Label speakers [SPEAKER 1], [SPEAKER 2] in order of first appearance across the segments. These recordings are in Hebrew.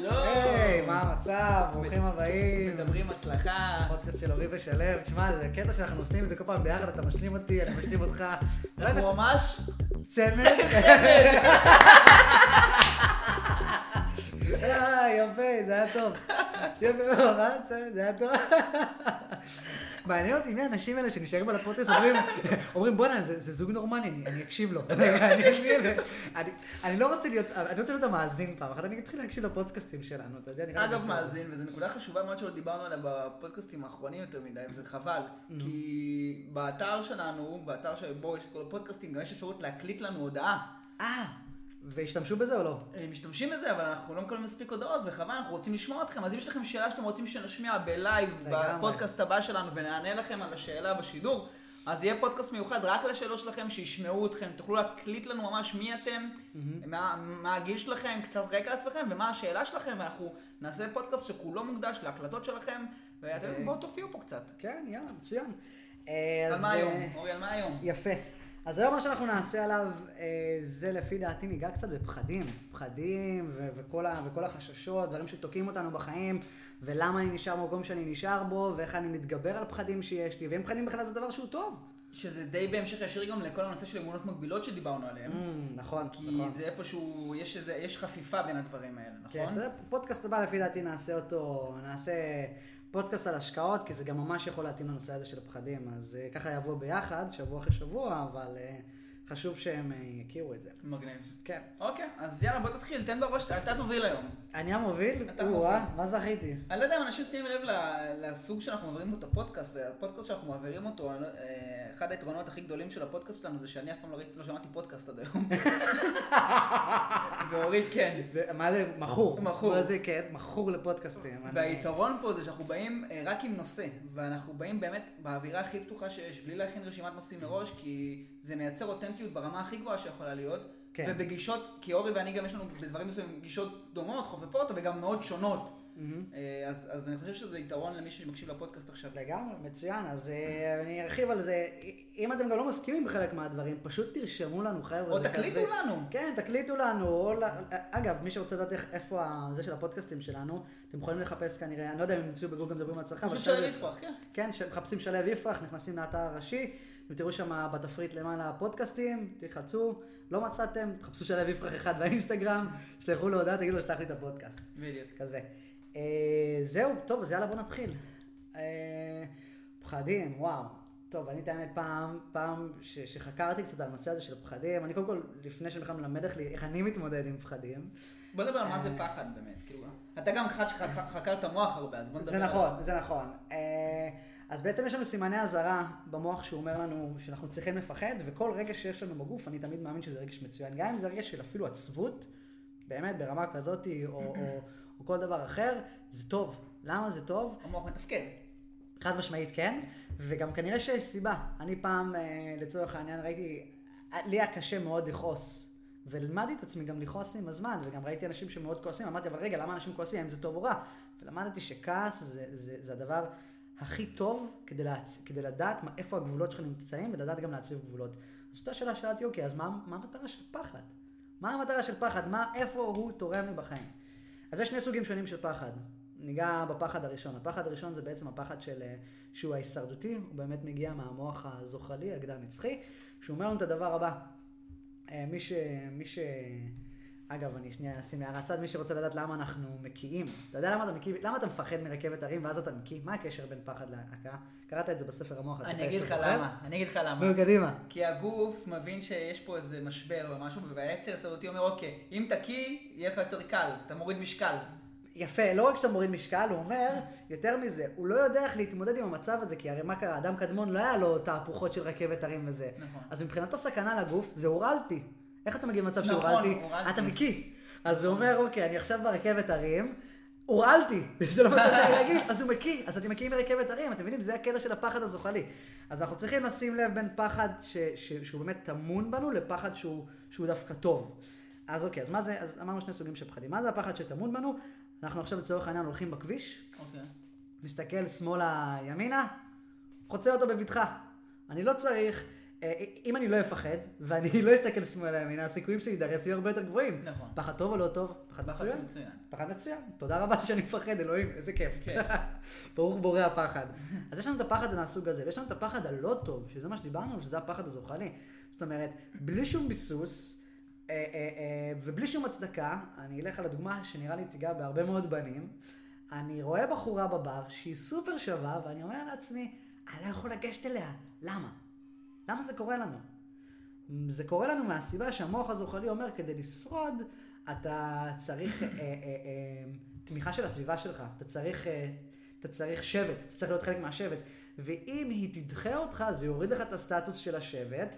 [SPEAKER 1] שלום!
[SPEAKER 2] היי, מה המצב? ברוכים הבאים.
[SPEAKER 1] מדברים הצלחה.
[SPEAKER 2] פודקאסט של אורי ושלו. תשמע, זה קטע שאנחנו עושים את זה כל פעם ביחד, אתה משלים אותי, אני משלים אותך. אולי
[SPEAKER 1] אנחנו
[SPEAKER 2] נעשה
[SPEAKER 1] ממש...
[SPEAKER 2] צמד. אה, יפה, זה היה טוב. יפה, מאוד, אה? צמד, זה היה טוב. מעניין אותי מי האנשים האלה שנשארים על הפודקאסט, אומרים- אומרים בואנה, זה זה זוג נורמלי, אני- אני אקשיב לו. אני אקשיב לו. אני- אני לא רוצה להיות, אני רוצה להיות המאזין פעם אחת, אני אתחיל להקשיב לפודקאסטים שלנו, אתה יודע, נראה לי
[SPEAKER 1] אגב
[SPEAKER 2] בסדר.
[SPEAKER 1] מאזין, וזו נקודה חשובה מאוד שלא דיברנו עליה בפודקאסטים האחרונים יותר מדי, וחבל.
[SPEAKER 2] Mm.
[SPEAKER 1] כי באתר שלנו, באתר שבו יש את כל הפודקאסטים, גם יש אפשרות להקליט לנו הודעה.
[SPEAKER 2] אה, והשתמשו בזה או לא?
[SPEAKER 1] הם משתמשים בזה, אבל אנחנו לא מקבלים מספיק הודעות, וחבל, אנחנו רוצים לשמוע אתכם. אז אם יש לכם שאלה שאתם רוצים שנשמיע בלייב,
[SPEAKER 2] לגמרי.
[SPEAKER 1] בפודקאסט הבא שלנו, ונענה לכם על השאלה בשידור, אז יהיה פודקאסט מיוחד רק לשאלות שלכם, שישמעו אתכם, תוכלו להקליט לנו ממש מי אתם, מה מה הגיל שלכם, קצת רקע על עצמכם, ומה השאלה שלכם, ואנחנו נעשה פודקאסט שכולו מוקדש להקלטות שלכם, ואתם
[SPEAKER 2] אוקיי.
[SPEAKER 1] בואו תופיעו פה קצת.
[SPEAKER 2] כן, יאללה, מצוין. אה,
[SPEAKER 1] על
[SPEAKER 2] אז,
[SPEAKER 1] מה היום?
[SPEAKER 2] אה,
[SPEAKER 1] אורי, על מה היום?
[SPEAKER 2] יפה. אז היום מה שאנחנו נעשה עליו, אה, זה לפי דעתי ניגע קצת בפחדים. פחדים ו- וכל, ה- וכל החששות, דברים שתוקעים אותנו בחיים, ולמה אני נשאר במקום שאני נשאר בו, ואיך אני מתגבר על פחדים שיש לי, ואם פחדים בכלל זה דבר שהוא טוב.
[SPEAKER 1] שזה די בהמשך ישיר גם לכל הנושא של אמונות מגבילות שדיברנו עליהן.
[SPEAKER 2] נכון,
[SPEAKER 1] Mm, כי זה איפשהו, יש איזה, יש חפיפה בין הדברים האלה, נכון?
[SPEAKER 2] כן, אתה יודע, פודקאסט הבא לפי דעתי נעשה אותו, נעשה פודקאסט על השקעות, כי זה גם ממש יכול להתאים לנושא הזה של הפחדים, אז אה, ככה יבוא ביחד, שבוע אחרי שבוע, אבל אה, חשוב שהם אה, יכירו את זה.
[SPEAKER 1] מגניב.
[SPEAKER 2] כן.
[SPEAKER 1] אוקיי, אז יאללה בוא תתחיל, תן בראש, אתה אתה תוביל היום.
[SPEAKER 2] אני המוביל?
[SPEAKER 1] אתה
[SPEAKER 2] או-אה,
[SPEAKER 1] המוביל.
[SPEAKER 2] מה זכיתי?
[SPEAKER 1] אני לא יודע אם אנשים שמים לב ל- לסוג שאנחנו מעבירים את הפודקאסט, והפודקאסט שאנחנו מעבירים אותו, אני לא- אה, אחד היתרונות הכי גדולים של הפודקאסט שלנו זה שאני אף פעם לא ראיתי- לא שמעתי פודקאסט עד היום. ואורית כן.
[SPEAKER 2] ו- מה זה? מכור.
[SPEAKER 1] מכור.
[SPEAKER 2] מה זה? כן, מכור לפודקאסטים. אני-
[SPEAKER 1] והיתרון פה זה שאנחנו באים אה, רק עם נושא, ואנחנו באים באמת באווירה הכי פתוחה שיש, בלי להכין רשימת נושאים מראש, כי זה מייצר אותנטיות ברמה הכי גבוהה שיכולה להיות,
[SPEAKER 2] כן.
[SPEAKER 1] ובגישות, כי אורי ואני גם יש לנו בדברים מסוימים גישות דומות, חופפות, וגם מאוד שונות. אה, אז, אז אני חושב שזה יתרון למי שמקשיב לפודקאסט עכשיו.
[SPEAKER 2] Mm-hmm. לגמרי, מצוין, אז אה, אני ארחיב על זה. אם אתם גם לא מסכימים עם חלק מהדברים, פשוט תרשמו לנו, חבר'ה.
[SPEAKER 1] או
[SPEAKER 2] זה
[SPEAKER 1] תקליטו
[SPEAKER 2] כזה-
[SPEAKER 1] לנו.
[SPEAKER 2] כן, תקליטו לנו. או ל- אגב, מי שרוצה לדעת איך- איפה ה- זה של הפודקאסטים שלנו, אתם יכולים לחפש כנראה, אני לא יודע אם ימצאו בגוגל מדברים על הצלחה,
[SPEAKER 1] פשוט
[SPEAKER 2] שלו
[SPEAKER 1] שלב יפרח, כן.
[SPEAKER 2] כן, שמחפשים שלו יפרח, נכנסים לאתר הראשי, אתם תראו שם בתפריט למעלה פודקאסטים, תלחצו, לא מצאתם, תחפשו שלו יפרח אחד באינסטגרם, שלחו לו הודעה, תגידו לו שלח לי את הפודקאסט.
[SPEAKER 1] בדיוק.
[SPEAKER 2] כזה. אה, זהו, טוב, אז יאללה בוא נתחיל. אה, פחדים, וואו. טוב, אני את האמת פעם, פעם ש, שחקרתי קצת על הנושא הזה של פחדים, אני קודם כל, לפני שאני בכלל מלמד איך, לי- איך אני מתמודד עם פחדים.
[SPEAKER 1] בוא נדבר על מה
[SPEAKER 2] אה.
[SPEAKER 1] זה פחד באמת, כאילו. אתה גם אחד שחקר את המוח הרבה, אז בוא נדבר.
[SPEAKER 2] זה
[SPEAKER 1] על-
[SPEAKER 2] נכון, זה נכון. אה, אז בעצם יש לנו סימני אזהרה במוח שאומר לנו שאנחנו צריכים לפחד, וכל רגש שיש לנו בגוף, אני תמיד מאמין שזה רגש מצוין. גם אם זה רגש של אפילו עצבות, באמת, ברמה כזאת, או, או, או כל דבר אחר, זה טוב. למה זה טוב?
[SPEAKER 1] המוח מתפקד.
[SPEAKER 2] חד משמעית כן, וגם כנראה שיש סיבה. אני פעם, אה, לצורך העניין, ראיתי, אה, לי היה קשה מאוד לכעוס. ולמדתי את עצמי גם לכעוס עם הזמן, וגם ראיתי אנשים שמאוד כועסים, אמרתי, אבל רגע, למה אנשים כועסים, האם זה טוב או רע? ולמדתי שכעס זה, זה, זה הדבר הכי טוב כדי, להצ... כדי לדעת מה, איפה הגבולות שלך נמצאים, ולדעת גם להציב גבולות. אז אותה שאלה שאלתי, אוקיי, אז מה, מה המטרה של פחד? מה המטרה של פחד? מה, איפה הוא תורם לי בחיים? אז יש שני סוגים שונים של פחד. ניגע בפחד הראשון. הפחד הראשון זה בעצם הפחד של, אה, שהוא ההישרדותי, הוא באמת מגיע מהמוח הזוחלי, הקדם נצחי, שהוא אומר לנו את הדבר הבא. אה, מי ש... מי ש... אגב, אני שנייה אשים הערת צד, מי שרוצה לדעת למה אנחנו מקיאים. אתה יודע למה אתה מקיא? למה אתה מפחד מרכבת הרים ואז אתה מקיא? מה הקשר בין פחד להקה? קראת את זה בספר המוח. אתה
[SPEAKER 1] אני
[SPEAKER 2] יודע,
[SPEAKER 1] אגיד לך
[SPEAKER 2] שאתה זוכר?
[SPEAKER 1] למה, אני אגיד לך למה.
[SPEAKER 2] נו, קדימה.
[SPEAKER 1] כי הגוף מבין שיש פה איזה משבר או משהו, והיצר הסעודתי אומר, אוקיי, אם תקיא, יהיה לך יותר קל, אתה מוריד משקל.
[SPEAKER 2] יפה, לא רק שאתה מוריד משקל, הוא אומר, יותר מזה, הוא לא יודע איך להתמודד עם המצב הזה, כי הרי מה קרה, אדם קדמון לא היה לו תהפוכות של רכבת הרים וזה.
[SPEAKER 1] נכון.
[SPEAKER 2] אז מבחינתו סכנה לגוף, זה הורלתי. איך אתה מגיע למצב
[SPEAKER 1] נכון,
[SPEAKER 2] שהורלתי?
[SPEAKER 1] הורלתי.
[SPEAKER 2] אתה מקיא. אז הוא אומר, אוקיי, אני עכשיו ברכבת הרים, הורעלתי, זה לא מצב שאני רגיל, אז הוא מקיא, אז אתם מקיאים מרכבת הרים, אתם מבינים, זה הקטע של הפחד הזוחלי. אז אנחנו צריכים לשים לב בין פחד ש, ש, שהוא באמת טמון בנו, לפחד שהוא, שהוא דווקא טוב. אז אוקיי, אז מה זה, אז אמרנו שני סוגים של פחדים. מה זה הפחד שטמון בנו? אנחנו עכשיו לצורך העניין הולכים בכביש,
[SPEAKER 1] אוקיי.
[SPEAKER 2] מסתכל שמאלה ימינה, חוצה אותו בבטחה. אני לא צריך אה, אה, אם אני לא אפחד, ואני לא אסתכל שמאלה ימינה, הסיכויים שלי להידרס יהיו הרבה יותר גבוהים.
[SPEAKER 1] נכון.
[SPEAKER 2] פחד טוב או לא טוב? פחד
[SPEAKER 1] פחד
[SPEAKER 2] מצוין.
[SPEAKER 1] מצוין.
[SPEAKER 2] פחד מצוין. תודה רבה שאני מפחד, אלוהים, איזה כיף.
[SPEAKER 1] כן.
[SPEAKER 2] ברוך בורא הפחד. אז יש לנו את הפחד מהסוג הזה, ויש לנו את הפחד הלא טוב, שזה מה שדיברנו, עליו, שזה הפחד הזוחלי. זאת אומרת, בלי שום ביסוס, אה, אה, אה, ובלי שום הצדקה, אני אלך על הדוגמה שנראה לי תיגע בהרבה מאוד בנים, אני רואה בחורה בבר שהיא סופר שווה, ואני אומר לעצמי, אני לא יכול לגשת אליה, למה? למה זה קורה לנו? זה קורה לנו מהסיבה שהמוח הזוחלי אומר, כדי לשרוד, אתה צריך אה, אה, אה, תמיכה של הסביבה שלך, אתה צריך, אה, אתה צריך שבט, אתה צריך להיות חלק מהשבט, ואם היא תדחה אותך, זה יוריד לך את הסטטוס של השבט,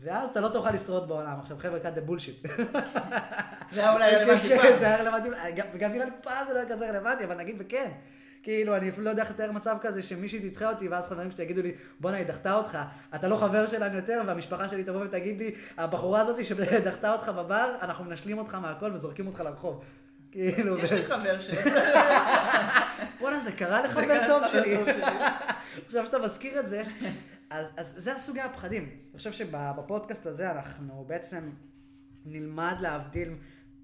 [SPEAKER 2] ואז אתה לא תוכל לשרוד בעולם. עכשיו, חבר'ה, כאן זה בולשיט.
[SPEAKER 1] זה היה אולי רלוונטי
[SPEAKER 2] כן,
[SPEAKER 1] פעם.
[SPEAKER 2] זה היה רלוונטי, גם- וגם אילן פעם זה לא היה כזה רלוונטי, אבל נגיד וכן. כאילו, אני אפילו לא יודע איך לתאר מצב כזה שמישהי תדחה אותי, ואז חברים שלי יגידו לי, בואנה, היא דחתה אותך, אתה לא חבר שלנו יותר, והמשפחה שלי תבוא ותגיד לי, הבחורה הזאת שדחתה אותך בבר, אנחנו מנשלים אותך מהכל וזורקים אותך לרחוב. כאילו,
[SPEAKER 1] יש לי חבר ש...
[SPEAKER 2] בואנה, זה קרה לחבר טוב שלי. עכשיו שאתה מזכיר את זה, אז, אז זה הסוגי הפחדים. אני חושב שבפודקאסט הזה אנחנו בעצם נלמד להבדיל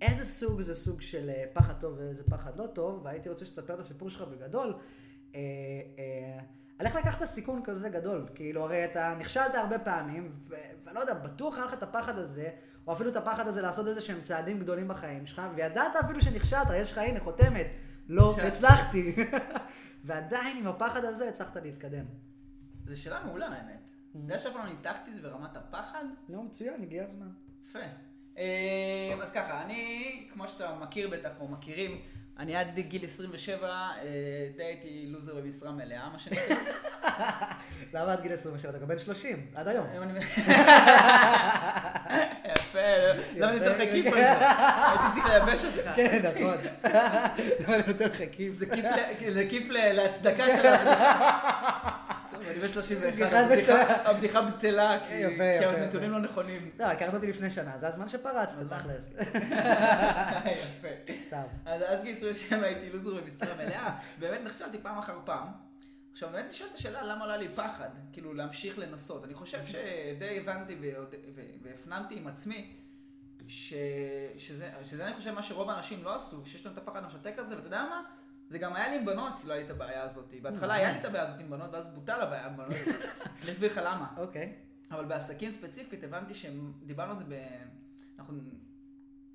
[SPEAKER 2] איזה סוג זה סוג של אה, פחד טוב ואיזה פחד לא טוב, והייתי רוצה שתספר את הסיפור שלך בגדול. אה, אה, על איך לקחת סיכון כזה גדול, כאילו הרי אתה נכשלת הרבה פעמים, ו- ואני לא יודע, בטוח היה לך את הפחד הזה, או אפילו את הפחד הזה לעשות איזה שהם צעדים גדולים בחיים שלך, וידעת אפילו שנכשלת, יש לך הנה חותמת, לא
[SPEAKER 1] נכשלתי.
[SPEAKER 2] הצלחתי, ועדיין עם הפחד הזה הצלחת להתקדם.
[SPEAKER 1] זו שאלה מעולה, האמת.
[SPEAKER 2] Mm.
[SPEAKER 1] אתה יודע שאף פעם לא ניתחתי את זה ברמת הפחד?
[SPEAKER 2] לא, מצוין, הגיע הזמן.
[SPEAKER 1] יפה. אה, אז ככה, אני, כמו שאתה מכיר בטח, או מכירים, אני עד גיל 27, אה, די הייתי לוזר במשרה מלאה, מה שנקרא.
[SPEAKER 2] למה עד גיל 27? אתה גם בן 30, עד היום.
[SPEAKER 1] היום אני- יפה, לא- למה אני נותן לך
[SPEAKER 2] יפה.
[SPEAKER 1] כיף על זה? הייתי צריך לייבש אותך.
[SPEAKER 2] כן, נכון. למה אני נותן לך כיף?
[SPEAKER 1] זה כיף ל- זה כיף ל- להצדקה של הבדיחה. טוב, אני בן 31,
[SPEAKER 2] בדיחת בן
[SPEAKER 1] הבדיחה- הבדיחה בטלה, כי-
[SPEAKER 2] יפה,
[SPEAKER 1] כי
[SPEAKER 2] יפה,
[SPEAKER 1] הנתונים לא נכונים.
[SPEAKER 2] לא, הכרת אותי לפני שנה, זה הזמן שפרצת,
[SPEAKER 1] הזמן.
[SPEAKER 2] תכלס.
[SPEAKER 1] יפה.
[SPEAKER 2] סתם.
[SPEAKER 1] אז עד גיל 27 הייתי לוזר במשרה מלאה, באמת נכשלתי פעם אחר פעם. עכשיו באמת נשאלת השאלה למה עלה לי פחד, כאילו להמשיך לנסות. אני חושב שדי הבנתי והוד- ו- והפנמתי עם עצמי, ש... שזה, שזה אני חושב מה שרוב האנשים לא עשו, שיש להם את הפחד המשתק הזה, ואתה יודע מה? זה גם היה לי עם בנות, לא הייתה הבעיה הזאת. בהתחלה היה לי את הבעיה הזאת עם בנות, ואז בוטל הבעיה עם בנות. אני אסביר לך למה.
[SPEAKER 2] אוקיי.
[SPEAKER 1] אבל בעסקים ספציפית הבנתי שדיברנו על זה ב... אנחנו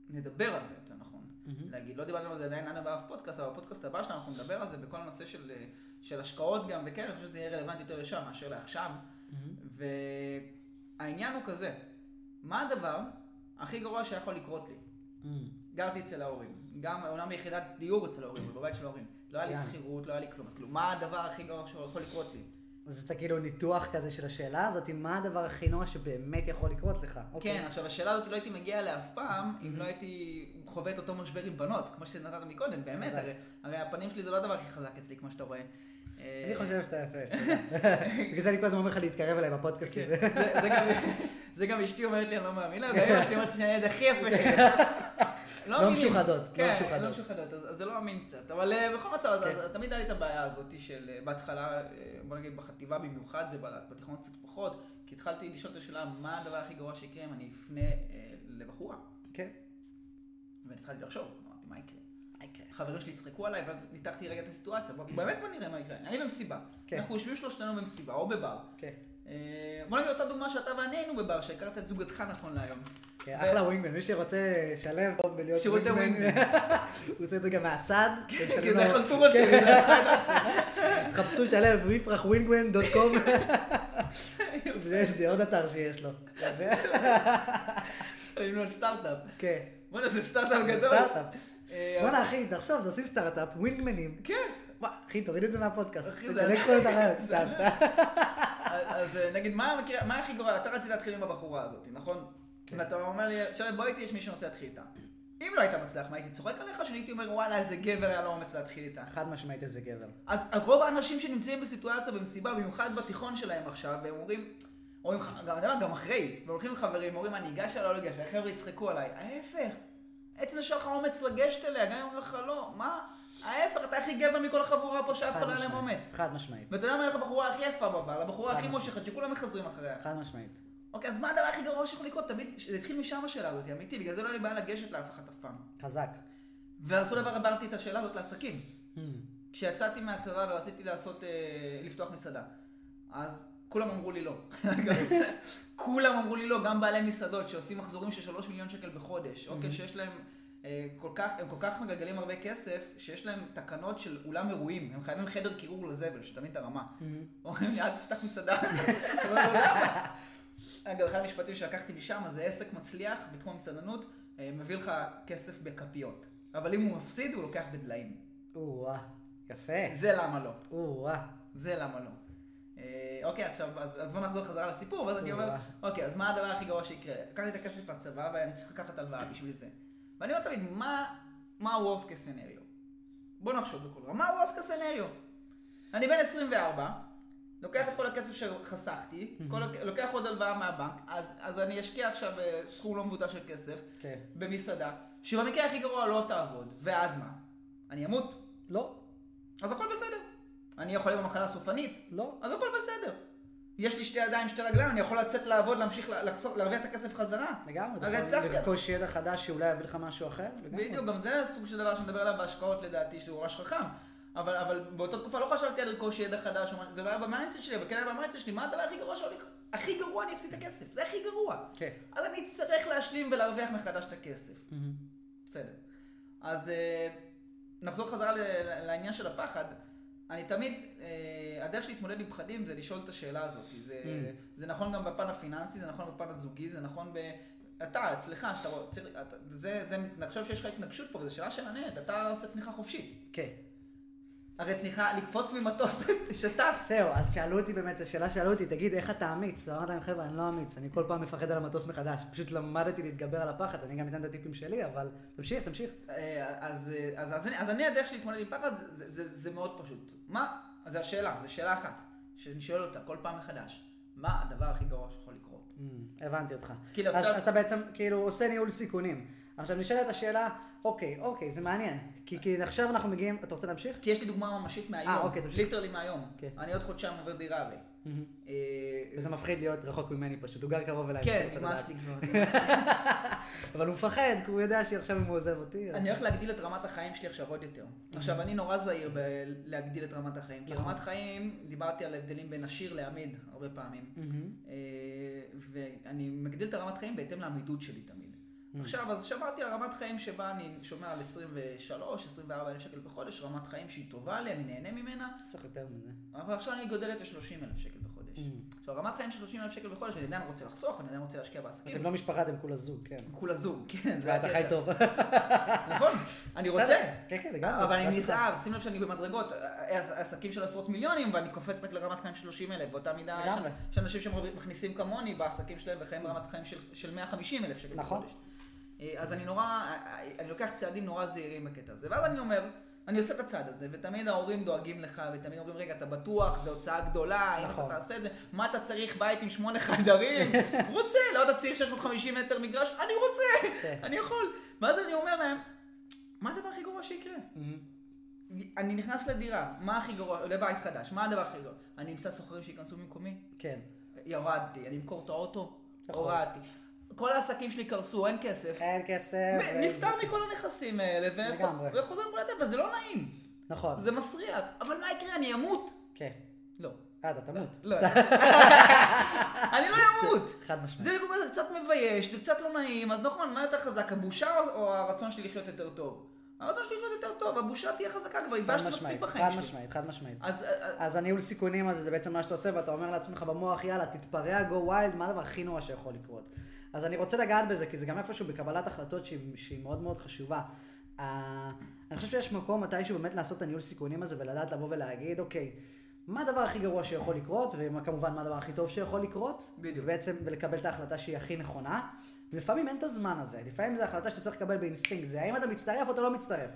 [SPEAKER 1] נדבר על זה, יותר נכון. להגיד, לא דיברנו על זה עדיין עד הבא בפודקאסט, אבל בפודקאסט הבא שלנו אנחנו נדבר על זה בכל הנושא של, אה, של השקעות גם, וכן, אני חושב שזה יהיה רלוונטי יותר לשם מאשר לעכשיו. והעניין הוא כזה, מה הדבר הכי גרוע שיכול לקרות לי?
[SPEAKER 2] Mm.
[SPEAKER 1] גרתי אצל ההורים, גם אומנם ביחידת דיור אצל ההורים, אבל בבית של ההורים. לא היה לי
[SPEAKER 2] מצוין. שכירות,
[SPEAKER 1] שכירות, לא היה לי כלום, אז כאילו, מה הדבר הכי גרוע שיכול לקרות לי?
[SPEAKER 2] אז אתה כאילו ניתוח כזה של השאלה הזאת, מה הדבר הכי נורא שבאמת יכול לקרות לך. אוקיי.
[SPEAKER 1] כן, עכשיו השאלה הזאת לא הייתי מגיע אליה אף פעם, אם לא הייתי חווה את אותו משבר עם בנות, כמו שנתת מקודם, באמת,
[SPEAKER 2] חזק.
[SPEAKER 1] הרי- הרי הפנים שלי זה לא הדבר הכי חזק אצלי, כמו שאתה רואה. אה,
[SPEAKER 2] אני חושב שאתה יפה, שאתה יודע. בגלל זה אני כל הזמן אומר לך להתקרב אליי בפודקאסטים.
[SPEAKER 1] כן, זה- זה גם- זה גם אשתי אומרת לי, אני לא מאמין לה, וגם אמא שלי אומרת שאני הילד הכי יפה שלי.
[SPEAKER 2] אוקיי. לא
[SPEAKER 1] מאמינים.
[SPEAKER 2] משוחדות, לא
[SPEAKER 1] כן,
[SPEAKER 2] משוחדות.
[SPEAKER 1] לא משוחדות, אז אז זה לא אמין קצת. אבל אה, בכל מצב, אז-
[SPEAKER 2] כן.
[SPEAKER 1] אז תמיד היה לי את הבעיה הזאת של אה, בהתחלה, אה, בוא נגיד בחטיבה במיוחד, זה ב- בתיכון קצת פחות, כי התחלתי לשאול את השאלה, מה הדבר הכי גרוע שיקרה אם אני אפנה אה, לבחורה?
[SPEAKER 2] כן.
[SPEAKER 1] והתחלתי לחשוב, אמרתי, מה יקרה? חברים שלי יצחקו עליי, ואז ניתחתי רגע את הסיטואציה, בוא- באמת בוא נראה מה יקרה. אני במסיבה.
[SPEAKER 2] כן.
[SPEAKER 1] אנחנו יושבים שלושתנו במסיבה, או בבר.
[SPEAKER 2] כן.
[SPEAKER 1] אה, בוא נגיד אותה דוגמה שאתה ואני היינו בבר, שהכרת את זוגתך נכון להיום.
[SPEAKER 2] כן, אחלה ווינגמן, מי שרוצה שלב טוב בלהיות
[SPEAKER 1] שירותי ווינגמן. נכון,
[SPEAKER 2] הוא עושה את זה גם מהצד. אתם
[SPEAKER 1] כי זה
[SPEAKER 2] משלמים לו-
[SPEAKER 1] החלטורה
[SPEAKER 2] כן.
[SPEAKER 1] שלי.
[SPEAKER 2] חפשו שלב מפרח ווינגמן דוט קום. זה זה עוד אתר שיש לו. זה-
[SPEAKER 1] היינו לא על סטארט-אפ.
[SPEAKER 2] כן.
[SPEAKER 1] בואנה זה סטארט-אפ גדול.
[SPEAKER 2] סטארט-אפ.
[SPEAKER 1] אה,
[SPEAKER 2] בואנה אחי, תחשוב, זה עושים סטארט-אפ, ווינגמנים.
[SPEAKER 1] כן.
[SPEAKER 2] וואי, אחי, תוריד את זה מהפודקאסט.
[SPEAKER 1] אחי, זה-
[SPEAKER 2] תשנה כבר את הרעיון, סתם, סתם.
[SPEAKER 1] אז אה, נגיד, מה המקרה- מה הכי גרוע? אתה רצית להתחיל עם הבחורה הזאת, נכון?
[SPEAKER 2] כן.
[SPEAKER 1] ואתה אומר לי, עכשיו בוא איתי, יש מי שרוצה להתחיל איתה. אם לא היית מצליח, מה הייתי צוחק עליך? שאני הייתי אומר, וואלה, איזה גבר היה לו אומץ להתחיל איתה.
[SPEAKER 2] חד משמעית איזה גבר.
[SPEAKER 1] אז רוב האנשים שנמצאים בסיטואציה במסיבה, במיוחד בתיכון שלהם עכשיו, והם אומרים, אומרים לך, גם, אתה יודע מה, גם אחרי, והולכים עם חברים, אומרים, אני אגש אליה, לא אגש אליה, חבר'ה יצחקו עליי. ההפך, עצם יש לך אומץ לגשת אליה, גם אם אומרים לך לא, מה? ההפך, אתה הכי גבר מכל החבורה פה שאף
[SPEAKER 2] חד
[SPEAKER 1] אחד לא היה להם
[SPEAKER 2] משמעית.
[SPEAKER 1] אומץ.
[SPEAKER 2] חד משמעית.
[SPEAKER 1] ואתה יודע מה, אין לך בחורה הכי יפה בבעל, הבחורה
[SPEAKER 2] חד
[SPEAKER 1] הכי
[SPEAKER 2] משמעית.
[SPEAKER 1] מושכת, שכולם מחזרים אחריה.
[SPEAKER 2] חד משמעית.
[SPEAKER 1] אוקיי, אז מה הדבר הכי גרוע שיכול לקרות? תמיד, זה התחיל משם השאלה הזאת, אמיתי, בגלל זה לא היה לי בעיה לגשת לאף אחת אף פעם.
[SPEAKER 2] חזק.
[SPEAKER 1] ואותו דבר עברתי את השאלה הזאת לעסקים. Hmm. כשיצאתי מהצבא ורציתי לעשות, אה, לפתוח מסעדה, אז כולם אמרו לי לא. כולם אמרו לי לא, גם בעלי מסעדות שעושים מחזורים של 3 מיליון שקל בחודש, אוקיי, שיש להם... אה, כל כך, הם כל כך מגלגלים הרבה כסף, שיש להם תקנות של אולם אירועים, הם חייבים חדר קירור לזבל, שתמיד את הרמה. אומרים לי, אל תפתח מסעדה. אני אומר, "למה?" אגב, אחד המשפטים שלקחתי משם, זה עסק מצליח בתחום המסעדנות, אה, מביא לך כסף בכפיות. אבל אם הוא מפסיד, הוא לוקח בדליים.
[SPEAKER 2] או-אה, יפה.
[SPEAKER 1] זה למה לא.
[SPEAKER 2] או-אה.
[SPEAKER 1] זה למה לא. אה, אוקיי, עכשיו, אז, אז בוא נחזור חזרה לסיפור, ואז אני אומר,
[SPEAKER 2] אוה.
[SPEAKER 1] אוקיי, אז מה הדבר הכי גרוע שיקרה? לקחתי את הכסף מהצבא, ואני צריך לקחת הלוואה בשביל זה. ואני אומר תמיד, מה, מה ה-Worst case scenario? בוא נחשוב בכל רמה, מה ה-Worst case scenario? אני בן 24, לוקח את כל הכסף שחסכתי, כל, הכ- לוקח עוד הלוואה מהבנק, אז, אז אני אשקיע עכשיו אה, סכום לא מבוטל של כסף
[SPEAKER 2] כן.
[SPEAKER 1] במסעדה, שבמקרה הכי גרוע לא תעבוד, ואז מה? אני אמות?
[SPEAKER 2] לא,
[SPEAKER 1] אז הכל בסדר. אני יכול להיות במחלה סופנית,
[SPEAKER 2] לא.
[SPEAKER 1] אז הכל בסדר. יש לי שתי ידיים, שתי רגליים, אני יכול לצאת לעבוד, להמשיך ל- לחסוך, להרוויח את הכסף חזרה.
[SPEAKER 2] לגמרי. אתה
[SPEAKER 1] הרי
[SPEAKER 2] יכול
[SPEAKER 1] הצלחתי.
[SPEAKER 2] לרכוש ידע חדש שאולי יביא לך משהו אחר. לגמרי.
[SPEAKER 1] בדיוק, גם זה סוג של דבר שנדבר עליו בהשקעות לדעתי, שהוא ממש חכם. אבל, אבל באותה תקופה לא חשבתי על לרכוש ידע חדש, או מה- זה לא היה במיינדסט שלי, אבל כן היה במיינדסט שלי, מה הדבר הכי גרוע שעולה? הכי גרוע אני אפסיד את הכסף, זה הכי גרוע.
[SPEAKER 2] כן.
[SPEAKER 1] אז אני אצטרך להשלים ולהרוויח מחדש את הכסף. בסדר. אז אה, נחזור חזרה ל- ל- לעניין של הפחד. אני תמיד, אה, הדרך שלי להתמודד עם פחדים זה לשאול את השאלה הזאת. זה, זה נכון גם בפן הפיננסי, זה נכון בפן הזוגי, זה נכון ב... אתה, אצלך, שאתה רואה, צריך, אתה, זה, זה, אני חושב שיש לך התנגשות פה, וזו שאלה שנענית, אתה עושה צניחה חופשית.
[SPEAKER 2] כן.
[SPEAKER 1] הרי צניחה, לקפוץ ממטוס שטס.
[SPEAKER 2] זהו, אז שאלו אותי באמת, זו שאלה שאלו אותי, תגיד, איך אתה אמיץ? לא אמרתי להם, חבר'ה, אני לא אמיץ, אני כל פעם מפחד על המטוס מחדש. פשוט למדתי להתגבר על הפחד, אני גם אתן את הטיפים שלי, אבל תמשיך, תמשיך.
[SPEAKER 1] אה, אז, אה, אז, אז, אני, אז אני הדרך שלי להתמודד עם פחד, זה, זה, זה מאוד פשוט. מה? אז זו השאלה, זו שאלה אחת, שאני שואל אותה כל פעם מחדש. מה הדבר הכי גרוע שיכול לקרות?
[SPEAKER 2] Mm, הבנתי אותך.
[SPEAKER 1] כאילו,
[SPEAKER 2] אז,
[SPEAKER 1] עכשיו-
[SPEAKER 2] אז אתה בעצם כאילו עושה ניהול סיכונים. עכשיו נשאלת השאלה, אוקיי, אוקיי, זה מעניין. כי, כי עכשיו אנחנו מגיעים, אתה רוצה להמשיך?
[SPEAKER 1] כי יש לי דוגמה ממשית מהיום,
[SPEAKER 2] אה, אוקיי, תמשיך.
[SPEAKER 1] ליטרלי מהיום.
[SPEAKER 2] אוקיי.
[SPEAKER 1] אני עוד חודשיים עובר דירה הרי. אה,
[SPEAKER 2] וזה מפחיד להיות רחוק ממני פשוט, הוא גר קרוב אליי.
[SPEAKER 1] כן,
[SPEAKER 2] בשביל
[SPEAKER 1] נמאס
[SPEAKER 2] צדד.
[SPEAKER 1] לי כבר.
[SPEAKER 2] אבל הוא מפחד, כי הוא יודע שעכשיו אם הוא עוזב אותי, אז...
[SPEAKER 1] אני הולך להגדיל את רמת החיים שלי עכשיו עוד יותר.
[SPEAKER 2] Mm-hmm.
[SPEAKER 1] עכשיו, אני נורא זהיר בלהגדיל את רמת החיים. כי
[SPEAKER 2] נכון.
[SPEAKER 1] רמת חיים, דיברתי על הבדלים בין עשיר לעמיד הרבה פעמים.
[SPEAKER 2] Mm-hmm.
[SPEAKER 1] אה, ואני מגדיל את הרמת חיים בהתאם לעמידות שלי תמיד.
[SPEAKER 2] Mm-hmm.
[SPEAKER 1] עכשיו, אז שמרתי על רמת חיים שבה אני שומע על 23, 24 אלף שקל בחודש, רמת חיים שהיא טובה לי, אני נהנה ממנה.
[SPEAKER 2] צריך יותר מזה.
[SPEAKER 1] אבל עכשיו אני גודלת ל-30 אלף שקל בחודש.
[SPEAKER 2] Mm.
[SPEAKER 1] עכשיו, רמת חיים של 30 אלף שקל בחודש, אני עדיין רוצה לחסוך, אני עדיין רוצה להשקיע בעסקים.
[SPEAKER 2] אתם לא משפחה, אתם כולה זוג, כן.
[SPEAKER 1] כולה זוג, כן, זה
[SPEAKER 2] ואתה
[SPEAKER 1] הקטע.
[SPEAKER 2] חי טוב.
[SPEAKER 1] נכון, אני רוצה.
[SPEAKER 2] בסדר, כן, כן, לגמרי.
[SPEAKER 1] אבל אני
[SPEAKER 2] זה שלך.
[SPEAKER 1] נזהר, שים לב שאני במדרגות, עס- עסקים של עשרות מיליונים, ואני קופץ רק לרמת חיים של 30 אלף, באותה מידה יש-
[SPEAKER 2] לגמרי.
[SPEAKER 1] יש אנשים שמכניסים כמוני בעסקים שלהם וחיים ברמת חיים של- של 150 אלף שקל
[SPEAKER 2] נכון.
[SPEAKER 1] בחודש. אה, אז אני נורא, אני לוקח צעדים נורא זהירים בקטע הזה, ואז אני אומר, אני עושה את הצעד הזה, ותמיד ההורים דואגים לך, ותמיד אומרים, רגע, אתה בטוח, זו הוצאה גדולה, אם אתה
[SPEAKER 2] נכון.
[SPEAKER 1] תעשה את זה, מה אתה צריך בית עם שמונה חדרים? רוצה, לא, אתה צריך 650 מטר מגרש, אני רוצה,
[SPEAKER 2] כן.
[SPEAKER 1] אני יכול. ואז אני אומר להם, מה הדבר הכי גרוע שיקרה?
[SPEAKER 2] Mm-hmm.
[SPEAKER 1] אני נכנס לדירה, מה הכי גרוע, לבית חדש, מה הדבר הכי גרוע? אני אמצא שוכרים שייכנסו במקומי?
[SPEAKER 2] כן.
[SPEAKER 1] ירדתי, אני אמכור את האוטו?
[SPEAKER 2] נכון. כן,
[SPEAKER 1] הורדתי. כל העסקים שלי קרסו, אין כסף.
[SPEAKER 2] אין כסף.
[SPEAKER 1] מ-
[SPEAKER 2] ו-
[SPEAKER 1] נפטר מכל הנכסים האלה, ו-
[SPEAKER 2] לגמרי.
[SPEAKER 1] וחוזר מגולדת, וזה לא נעים,
[SPEAKER 2] נכון.
[SPEAKER 1] זה מסריח, אבל מה יקרה, אני אמות?
[SPEAKER 2] כן.
[SPEAKER 1] לא.
[SPEAKER 2] אה, אתה תמות.
[SPEAKER 1] לא. אני לא אמות!
[SPEAKER 2] חד משמעית.
[SPEAKER 1] זה לגמרי, זה קצת מבייש, זה קצת לא נעים, אז נכון, מה יותר חזק, הבושה או- או הרצון שלי לחיות יותר טוב? הרצון שלי לחיות יותר טוב, הבושה תהיה חזקה, כבר
[SPEAKER 2] חד
[SPEAKER 1] התביישתי מספיק
[SPEAKER 2] משמעית,
[SPEAKER 1] בחיים
[SPEAKER 2] חד
[SPEAKER 1] שלי.
[SPEAKER 2] משמעית, חד משמעית.
[SPEAKER 1] אז אה,
[SPEAKER 2] אז הניהול סיכונים הזה זה בעצם מה שאתה עושה, ואתה אומר לעצמך במוח, יאללה, תתפרע, גו ווילד, מה הדבר הכי נורא שיכול לקרות? אז אני רוצה לגעת בזה, כי זה גם איפשהו בקבלת החלטות שהיא, שהיא מאוד מאוד חשובה. אה, אני חושב שיש מקום מתישהו באמת לעשות את הניהול סיכונים הזה, ולדעת לבוא ולהגיד, אוקיי, מה הדבר הכי גרוע שיכול לקרות, וכמובן מה הדבר הכי טוב שיכול לקרות,
[SPEAKER 1] בדיוק.
[SPEAKER 2] ובעצם ולקבל את ההחלטה שהיא הכי נכונה. ולפעמים אין את הזמן הזה, לפעמים זו החלטה שאתה צריך לקבל באינסטינקט, זה האם אתה מצטרף או אתה לא מצטרף.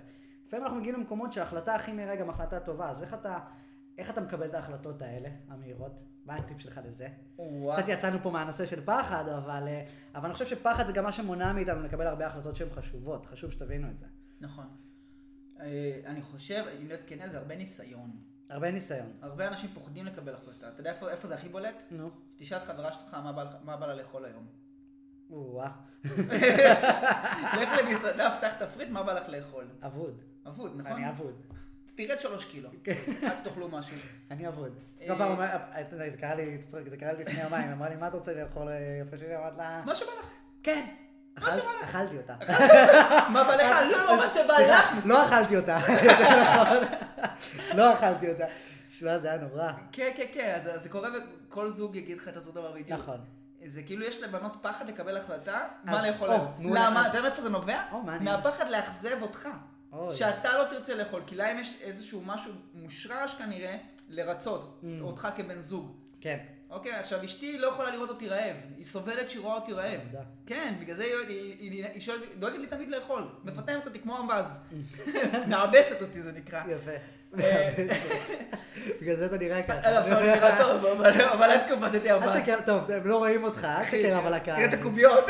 [SPEAKER 2] לפעמים אנחנו מגיעים למקומות שההחלטה הכי מהירה היא גם החלטה טובה, אז איך אתה, איך אתה מקבל את ההחלטות האלה, המהירות? מה הטיפ שלך לזה?
[SPEAKER 1] וואו.
[SPEAKER 2] קצת יצאנו פה מהנושא של פחד, אבל, אה, אבל אני חושב שפחד זה גם מה שמונע מאיתנו לקבל הרבה החלטות שהן חשובות, חשוב שתבינו את זה.
[SPEAKER 1] נכון. אה, אני חושב, אם להיות כנה, זה הרבה ניסיון.
[SPEAKER 2] הרבה ניסיון.
[SPEAKER 1] הרבה אנשים פוחדים לקבל החלטה. אתה יודע איפה, איפה זה הכי בולט?
[SPEAKER 2] נו.
[SPEAKER 1] תשאל את חברה שלך מה בא לך- מה בא לה לאכול היום.
[SPEAKER 2] וואה,
[SPEAKER 1] לך למסעדה, פתח תפריט, מה בא לך לאכול?
[SPEAKER 2] אבוד.
[SPEAKER 1] אבוד, נכון?
[SPEAKER 2] אני כן. אבוד.
[SPEAKER 1] תרד שלוש קילו, רק תאכלו משהו.
[SPEAKER 2] אני אבוד.
[SPEAKER 1] אה,
[SPEAKER 2] כל פעם, אומר- אתה יודע, זה קרה לי, אתה צודק, זה קרה לי לפני יומיים, אמרה לי, מה אתה רוצה לאכול אה, יפה שלי? אמרת לה,
[SPEAKER 1] מה שבא לך.
[SPEAKER 2] כן.
[SPEAKER 1] מה
[SPEAKER 2] אכל-
[SPEAKER 1] שבא לך.
[SPEAKER 2] אכלתי אותה.
[SPEAKER 1] מה בא לך? לא, לא, מה שבא
[SPEAKER 2] סליחה,
[SPEAKER 1] לך.
[SPEAKER 2] לא אכלתי אותה. יותר נכון. לא אכלתי אותה. שמע, זה היה נורא.
[SPEAKER 1] כן, כן, כן, אז- אז זה קורה וכל זוג יגיד לך את אותו דבר בדיוק.
[SPEAKER 2] נכון.
[SPEAKER 1] זה כאילו יש לבנות פחד לקבל החלטה מה
[SPEAKER 2] אז-
[SPEAKER 1] לאכול
[SPEAKER 2] או,
[SPEAKER 1] היום.
[SPEAKER 2] נו,
[SPEAKER 1] למה?
[SPEAKER 2] אז-
[SPEAKER 1] אתה יודע מאיפה זה נובע?
[SPEAKER 2] או, מעניין.
[SPEAKER 1] מהפחד לאכזב אותך.
[SPEAKER 2] אוי.
[SPEAKER 1] שאתה לא תרצה לאכול, כי להם יש איזשהו משהו מושרש כנראה
[SPEAKER 2] Mm.
[SPEAKER 1] לרצות אותך כבן זוג.
[SPEAKER 2] כן.
[SPEAKER 1] אוקיי, עכשיו אשתי לא יכולה לראות אותי רעב, היא סובלת שהיא רואה אותי רעב.
[SPEAKER 2] תודה.
[SPEAKER 1] כן, בגלל זה היא- היא- היא היא שואלת, דואגת לי תמיד לאכול,
[SPEAKER 2] Mm.
[SPEAKER 1] מפטמת אותי כמו אמבז. מעבסת אותי זה נקרא.
[SPEAKER 2] יפה.
[SPEAKER 1] אה,
[SPEAKER 2] בגלל זה אתה נראה ככה.
[SPEAKER 1] אגב, עכשיו אני נראה טוב, אבל- אבל עד תקופה שהייתי
[SPEAKER 2] עד
[SPEAKER 1] אמבז.
[SPEAKER 2] שכן, טוב, הם לא רואים אותך, עד שכן, אבל הקהל.
[SPEAKER 1] תראה את הקוביות.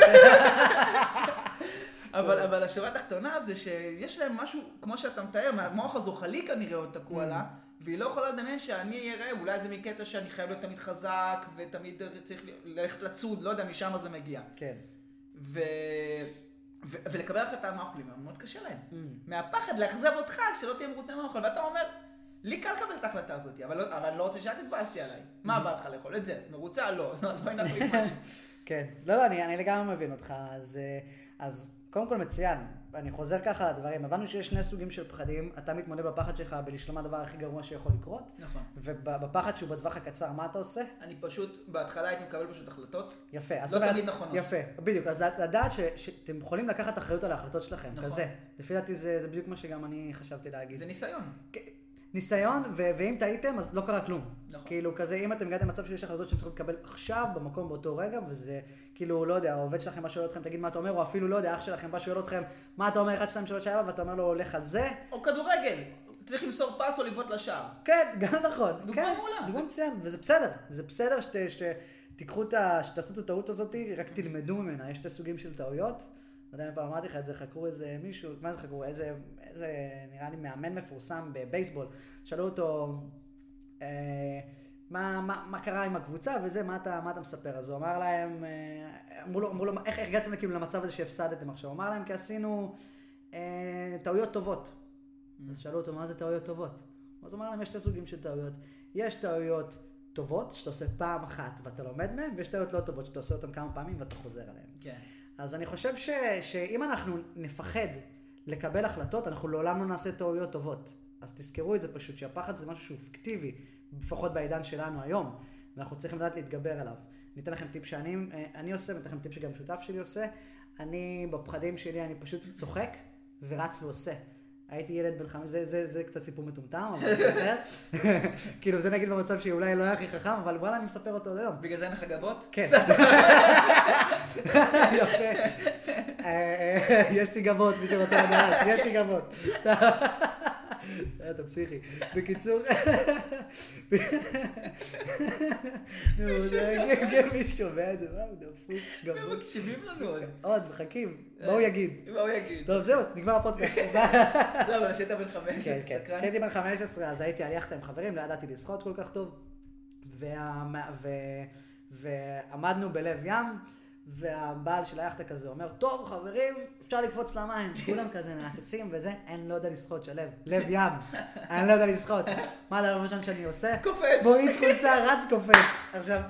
[SPEAKER 1] אבל, אבל השורה התחתונה זה שיש להם משהו, כמו שאתה מתאר, המוח הזוחלי כנראה עוד
[SPEAKER 2] Mm.
[SPEAKER 1] תקוע לה, והיא לא יכולה לדמיין שאני אהיה רעב, אולי זה מקטע שאני חייב להיות תמיד חזק, ותמיד צריך ללכת לצוד, לא יודע, משם זה מגיע.
[SPEAKER 2] כן.
[SPEAKER 1] ו... ו... ולקבל החלטה מה אוכלים, מאוד קשה להם.
[SPEAKER 2] Mm.
[SPEAKER 1] מהפחד לאכזב אותך, שלא תהיה מרוצה מהאוכל, ואתה אומר, לי קל לקבל את ההחלטה הזאת, אבל, לא, אבל אני לא רוצה שאת תתבאסי עליי.
[SPEAKER 2] Mm.
[SPEAKER 1] מה בא לך לאכול? את זה. מרוצה? לא. אז בואי נחליט משהו.
[SPEAKER 2] כן. לא, לא, אני, אני לגמרי מבין אותך. אז, אה, אז קודם כל מצוין. אני חוזר ככה לדברים. הבנו שיש שני סוגים של פחדים. אתה מתמודד בפחד שלך בלשלום הדבר הכי גרוע שיכול לקרות.
[SPEAKER 1] נכון.
[SPEAKER 2] ובפחד שהוא בטווח הקצר, מה אתה עושה?
[SPEAKER 1] אני פשוט, בהתחלה הייתי מקבל פשוט החלטות.
[SPEAKER 2] יפה. אז
[SPEAKER 1] לא
[SPEAKER 2] זאת אומרת-
[SPEAKER 1] תמיד נכונות.
[SPEAKER 2] יפה, בדיוק. אז לדעת ש- שאתם יכולים לקחת אחריות על ההחלטות שלכם.
[SPEAKER 1] נכון.
[SPEAKER 2] כזה. לפי דעתי זה זה בדיוק מה שגם אני חשבתי להגיד.
[SPEAKER 1] זה ניסיון.
[SPEAKER 2] ניסיון, ו- ואם טעיתם, אז לא קרה כלום.
[SPEAKER 1] נכון.
[SPEAKER 2] כאילו, כזה, אם אתם הגעתם למצב שיש החלטות שאתם צריכים לקבל עכשיו, במקום, באותו רגע, וזה, כאילו, לא יודע, העובד שלכם בא שואל אתכם, תגיד מה אתה אומר, או אפילו, לא יודע, אח שלכם בא שואל אתכם, מה אתה אומר, 1, 2, 3, 4, ואתה אומר לו, הולך על זה.
[SPEAKER 1] או כדורגל. צריך למסור פס או לבעוט לשער.
[SPEAKER 2] כן, גם נכון.
[SPEAKER 1] דוגמה
[SPEAKER 2] כן,
[SPEAKER 1] מעולה.
[SPEAKER 2] דוגמה מצוין, וזה בסדר. זה בסדר שת, שתיקחו את ה... שתעשו את הטעות הזאת, רק תלמדו ממנה. יש שתי סוגים של טעויות. לא יודע אם פעם אמרתי לך את זה, חקרו איזה מישהו, מה זה חקרו? איזה, איזה נראה לי, מאמן מפורסם בבייסבול. שאלו אותו, אה, מה, מה, מה קרה עם הקבוצה וזה, מה אתה, מה אתה מספר? אז הוא אמר להם, אה, אמרו לו, אמרו לו איך איך הגעתם כאילו למצב הזה שהפסדתם עכשיו? הוא אמר להם, כי עשינו אה, טעויות טובות. אז שאלו אותו, מה זה טעויות טובות? אז הוא אמר להם, יש שתי סוגים של טעויות. יש טעויות טובות, שאתה עושה פעם אחת ואתה לומד מהן, ויש טעויות לא טובות, שאתה עושה אותן כמה פעמים ואתה חוזר עליהן.
[SPEAKER 1] כן.
[SPEAKER 2] אז אני חושב ש, שאם אנחנו נפחד לקבל החלטות, אנחנו לעולם לא נעשה טעויות טובות. אז תזכרו את זה פשוט, שהפחד זה משהו שהוא פיקטיבי, לפחות בעידן שלנו היום, ואנחנו צריכים לדעת להתגבר עליו. אני אתן לכם טיפ שאני אה, אני עושה, ואני אתן לכם טיפ שגם שותף שלי עושה. אני, בפחדים שלי, אני פשוט צוחק ורץ ועושה. הייתי ילד בן חמש, זה, זה, זה קצת סיפור מטומטם, אבל אני מצטער. כאילו, זה נגיד במצב שאולי לא היה הכי חכם, אבל וואלה, אני מספר אותו עד היום.
[SPEAKER 1] בגלל זה אין לך גבות?
[SPEAKER 2] כן. יפה. אה, אה, יש לי גבות, מי שרוצה לדעת, יש לי גבות. סתם. אה, אתה פסיכי. בקיצור... נו, זה- גם מי שומע את זה, מה, הוא דפוק,
[SPEAKER 1] הם
[SPEAKER 2] גבות.
[SPEAKER 1] מקשיבים לנו עוד.
[SPEAKER 2] עוד, מחכים,
[SPEAKER 1] אה.
[SPEAKER 2] מה הוא יגיד? לא.
[SPEAKER 1] מה הוא יגיד?
[SPEAKER 2] טוב, זהו, נגמר הפודקאסט. אז די.
[SPEAKER 1] לא, אבל כשהיית בן חמש,
[SPEAKER 2] כן, כן.
[SPEAKER 1] סקרן.
[SPEAKER 2] כשהייתי בן 15 אז הייתי על יכטה עם חברים, לא ידעתי לשחות כל כך טוב. וה- ו- ועמדנו בלב ים, והבעל של היכטה כזה אומר, טוב חברים, אפשר לקפוץ למים. כולם כזה מהססים וזה, אני לא יודע לשחות, שלו, לב ים, אני לא יודע לשחות. מה הדבר הראשון שאני עושה?
[SPEAKER 1] קופץ.
[SPEAKER 2] מוריד חולצה, רץ קופץ. עכשיו...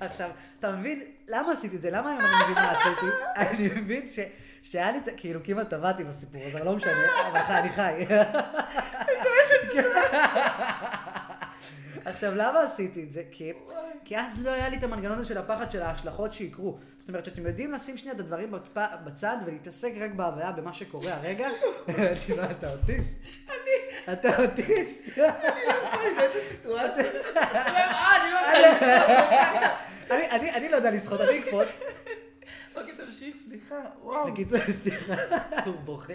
[SPEAKER 2] עכשיו, אתה מבין למה עשיתי את זה? למה היום אני מבין מה עשיתי? אני מבין ש... שהיה לי, את- כאילו כמעט טבעתי בסיפור הזה, אבל לא משנה, אבל חי, אני חי. עכשיו, למה עשיתי את זה? כי, כי אז לא היה לי את המנגנון הזה של הפחד של ההשלכות שיקרו. זאת אומרת, שאתם יודעים לשים שנייה את הדברים בפ- בצד ולהתעסק רק בהוויה, במה שקורה הרגע. תשמע, אתה אוטיסט. אני. אתה אוטיסט.
[SPEAKER 1] סיטואציה. אה, אני לא יודע.
[SPEAKER 2] אני- אני אני לא יודע לשחות, אני אקפוץ.
[SPEAKER 1] אוקיי, תמשיך, סליחה. וואו.
[SPEAKER 2] בקיצור, סליחה, הוא בוכה.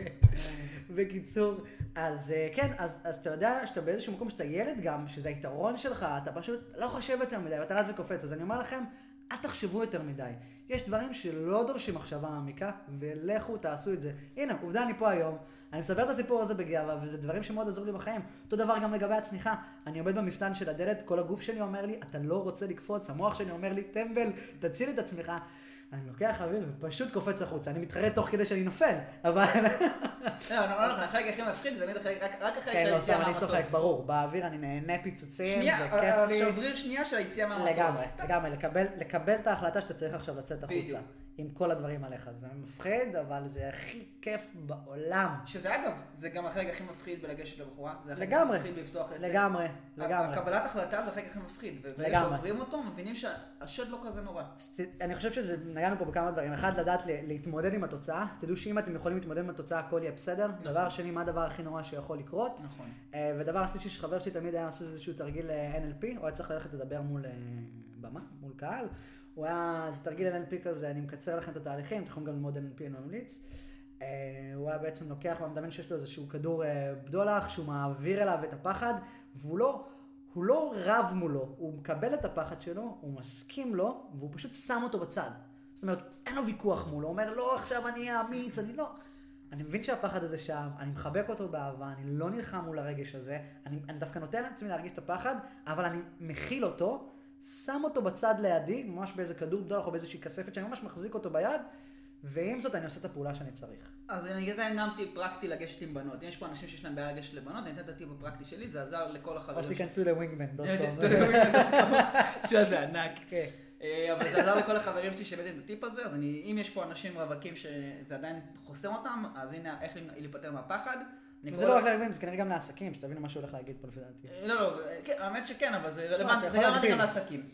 [SPEAKER 2] בקיצור, אז אה, כן, אז, אז אתה יודע שאתה באיזשהו מקום שאתה ילד גם, שזה היתרון שלך, אתה פשוט לא חושב יותר מדי, ואתה רץ וקופץ. אז אני אומר לכם, אל תחשבו יותר מדי. יש דברים שלא דורשים מחשבה מעמיקה, ולכו תעשו את זה. הנה, עובדה אני פה היום, אני מספר את הסיפור הזה בגאווה, וזה דברים שמאוד עזרו לי בחיים. אותו דבר גם לגבי הצניחה. אני עומד במפתן של הדלת, כל הגוף שלי אומר לי, אתה לא רוצה לקפוץ, המוח שלי אומר לי, טמבל, תציל את עצמך. אני לוקח אוויר ופשוט קופץ החוצה. אני מתחרט תוך כדי שאני נופל, אבל...
[SPEAKER 1] לא, לא, לא, נכון, החלק הכי מפחיד זה תמיד החלק, רק- רק אחרי
[SPEAKER 2] כן, לא,
[SPEAKER 1] שהיציאה
[SPEAKER 2] סתם, אני
[SPEAKER 1] מהמטוס.
[SPEAKER 2] צוחק, ברור. באוויר אני נהנה פיצוצים,
[SPEAKER 1] שנייה, אה,
[SPEAKER 2] זה
[SPEAKER 1] ה-
[SPEAKER 2] כיף לי.
[SPEAKER 1] השבריר שנייה של היציאה מהמטוס.
[SPEAKER 2] לגמרי, לגמרי, לקבל, לקבל את ההחלטה שאתה צריך עכשיו לצאת החוצה.
[SPEAKER 1] בדיוק.
[SPEAKER 2] עם כל הדברים עליך. זה מפחיד, אבל זה הכי כיף בעולם.
[SPEAKER 1] שזה אגב, זה גם החלק הכי מפחיד בלגשת לבחורה. זה החלק הכי
[SPEAKER 2] לגמרי.
[SPEAKER 1] מפחיד לפתוח עסק.
[SPEAKER 2] לגמרי,
[SPEAKER 1] ה-
[SPEAKER 2] לגמרי.
[SPEAKER 1] הקבלת החלטה זה החלק הכי מפחיד. ואלה
[SPEAKER 2] לגמרי.
[SPEAKER 1] שעוברים אותו מבינים שהשד לא כזה נורא.
[SPEAKER 2] סט- אני חושב שזה, נגענו פה בכמה דברים. אחד, לדעת ל- להתמודד עם התוצאה. תדעו שאם אתם יכולים להתמודד עם התוצאה, הכל יהיה בסדר. דבר שני, מה הדבר הכי נורא שיכול לקרות?
[SPEAKER 1] נכון.
[SPEAKER 2] אה, ודבר שלישי, שחבר שלי תמיד היה עושה איזשהו תרגיל אה, NLP, הוא היה צריך ללכת לדבר מול אה, במה, מול קהל. הוא היה, זה תרגיל NLP כזה, אני מקצר לכם את התהליכים, אתם יכולים גם ללמוד NLP, אני לא ממליץ. אה, הוא היה בעצם לוקח, הוא היה מדמיין שיש לו איזשהו כדור אה, בדולח, שהוא מעביר אליו את הפחד, והוא לא, הוא לא רב מולו, הוא מקבל את הפחד שלו, הוא מסכים לו, והוא פשוט שם אותו בצד. זאת אומרת, אין לו ויכוח מולו, הוא אומר, לא, עכשיו אני אהיה אמיץ, אני לא. אני מבין שהפחד הזה שם, אני מחבק אותו באהבה, אני לא נלחם מול הרגש הזה, אני, אני דווקא נותן לעצמי להרגיש את הפחד, אבל אני מכיל אותו, שם אותו בצד לידי, ממש באיזה כדור בדולח או באיזושהי כספת שאני ממש מחזיק אותו ביד, ועם זאת אני עושה את הפעולה שאני צריך.
[SPEAKER 1] אז אני אתן גם טיפ פרקטי לגשת עם בנות. אם יש פה אנשים שיש להם בעיה לגשת לבנות, אני אתן את הטיפ הפרקטי שלי, זה עזר לכל החברים.
[SPEAKER 2] או שתיכנסו לווינגמן, דוט
[SPEAKER 1] יש-
[SPEAKER 2] קום.
[SPEAKER 1] שזה ענק.
[SPEAKER 2] כן.
[SPEAKER 1] אה, אבל זה עזר לכל החברים שלי שהבאתם את הטיפ הזה, אז אני, אם יש פה אנשים רווקים שזה עדיין חוסם אותם, אז הנה איך להיפטר מהפחד. אני
[SPEAKER 2] זה
[SPEAKER 1] קורא-
[SPEAKER 2] לא רק לווינגמן, זה כנראה גם לעסקים, שתבינו מה שהולך להגיד פה לפי דעתי.
[SPEAKER 1] אה, לא, לא, אה, כן, האמת שכן, אבל זה
[SPEAKER 2] לא, אתה
[SPEAKER 1] רלוונטי, זה
[SPEAKER 2] יכול
[SPEAKER 1] רלוונטי גם
[SPEAKER 2] להגדיל.
[SPEAKER 1] לעסקים.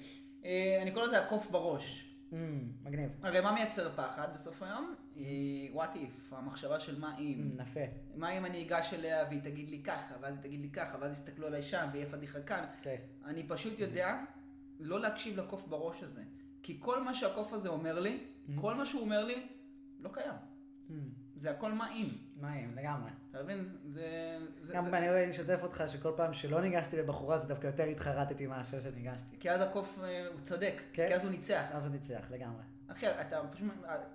[SPEAKER 1] אה, אני קורא לזה הקוף בראש.
[SPEAKER 2] Mm, מגניב.
[SPEAKER 1] הרי מה מייצר פחד בסוף היום? אה, what if, המחשבה של מה
[SPEAKER 2] Mm,
[SPEAKER 1] אם.
[SPEAKER 2] נפה.
[SPEAKER 1] מה אם אני אגש אליה והיא תגיד לי ככה, ואז היא תגיד לי ככה, ואז יסתכלו עליי שם ויהיה פדיחה כאן.
[SPEAKER 2] כן.
[SPEAKER 1] אני פשוט יודע לא להקשיב לקוף בראש הזה. כי כל מה שהקוף הזה אומר לי, כל מה שהוא אומר לי, לא קיים.
[SPEAKER 2] Mm,
[SPEAKER 1] זה הכל מה אם.
[SPEAKER 2] מים, לגמרי.
[SPEAKER 1] אתה מבין? זה... זה-
[SPEAKER 2] גם
[SPEAKER 1] זה-
[SPEAKER 2] אני רואה, אני אשתף אותך שכל פעם שלא ניגשתי לבחורה, זה דווקא יותר התחרטתי מאשר שניגשתי.
[SPEAKER 1] כי אז הקוף אה, הוא צודק,
[SPEAKER 2] כן.
[SPEAKER 1] כי אז הוא ניצח.
[SPEAKER 2] אז הוא ניצח, לגמרי.
[SPEAKER 1] אחי, אתה פשוט,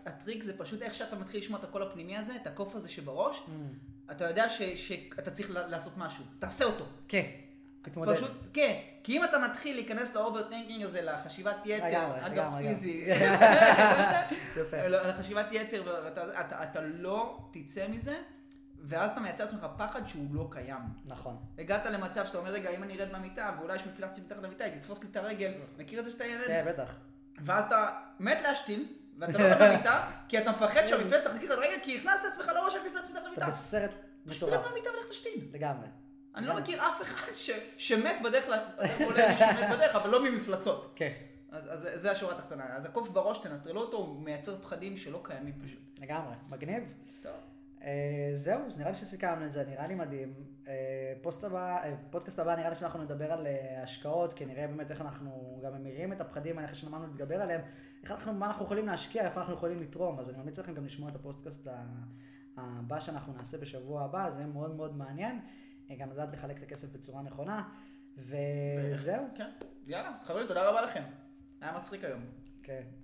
[SPEAKER 1] הטריק זה פשוט איך שאתה מתחיל לשמוע את הקול הפנימי הזה, את הקוף הזה שבראש,
[SPEAKER 2] Mm.
[SPEAKER 1] אתה יודע ש, שאתה צריך ל- לעשות משהו, תעשה אותו.
[SPEAKER 2] כן, תתמודד.
[SPEAKER 1] פשוט, כן. כי אם אתה מתחיל להיכנס לאוברטנקינג הזה, לחשיבת
[SPEAKER 2] לגמרי,
[SPEAKER 1] יתר, אגב
[SPEAKER 2] לגמרי,
[SPEAKER 1] ספיזי,
[SPEAKER 2] יפה.
[SPEAKER 1] לחשיבת יתר, ואתה אתה, אתה לא תצא מזה, ואז אתה מייצר לעצמך פחד שהוא לא קיים.
[SPEAKER 2] נכון.
[SPEAKER 1] הגעת למצב שאתה אומר, רגע, אם אני ארד מהמיטה, ואולי יש מפלצת מתחת למיטה, היא תתפוס לי את הרגל, מכיר את זה שאתה ירד?
[SPEAKER 2] כן, בטח.
[SPEAKER 1] ואז אתה מת להשתין, ואתה לא מת במיטה, כי אתה מפחד שהמפלצת תחזיק לך את הרגל, כי הכנסת לעצמך לראש של מפלצת מתחת
[SPEAKER 2] אתה
[SPEAKER 1] למיטה.
[SPEAKER 2] בסרט
[SPEAKER 1] פשוט רד
[SPEAKER 2] מטורף. כן.
[SPEAKER 1] מהמיטה ולך תשתין.
[SPEAKER 2] לגמרי.
[SPEAKER 1] אני לא מכיר אף אחד ש- שמת בדרך, ל- אולי מישהו מת בדרך, אבל לא ממפלצות.
[SPEAKER 2] כן,
[SPEAKER 1] אז אז זה השורה התחתונה. אז הקוף בראש, תנטרלו אותו, הוא מייצר פחדים שלא קיימים פשוט.
[SPEAKER 2] לגמרי. מגניב.
[SPEAKER 1] טוב.
[SPEAKER 2] אה, זהו, אז נראה לי שסיכמנו את זה, נראה לי מדהים. אה, פוסט הבא, אה, פודקאסט הבא, נראה לי שאנחנו נדבר על אה, השקעות, כי נראה באמת איך אנחנו גם ממירים את הפחדים האלה, אחרי שנאמרנו להתגבר עליהם, איך אנחנו, מה אנחנו יכולים להשקיע, איפה אנחנו יכולים לתרום. אז אני ממליץ לכם גם לשמוע את הפודקאסט ה- הבא שאנחנו נעשה בשבוע הבא, זה יהיה מאוד מאוד מעניין. אה, גם לדעת לחלק את הכסף בצורה נכונה. וזהו,
[SPEAKER 1] כן. יאללה, חברים, תודה רבה לכם. היה מצחיק היום.
[SPEAKER 2] כן.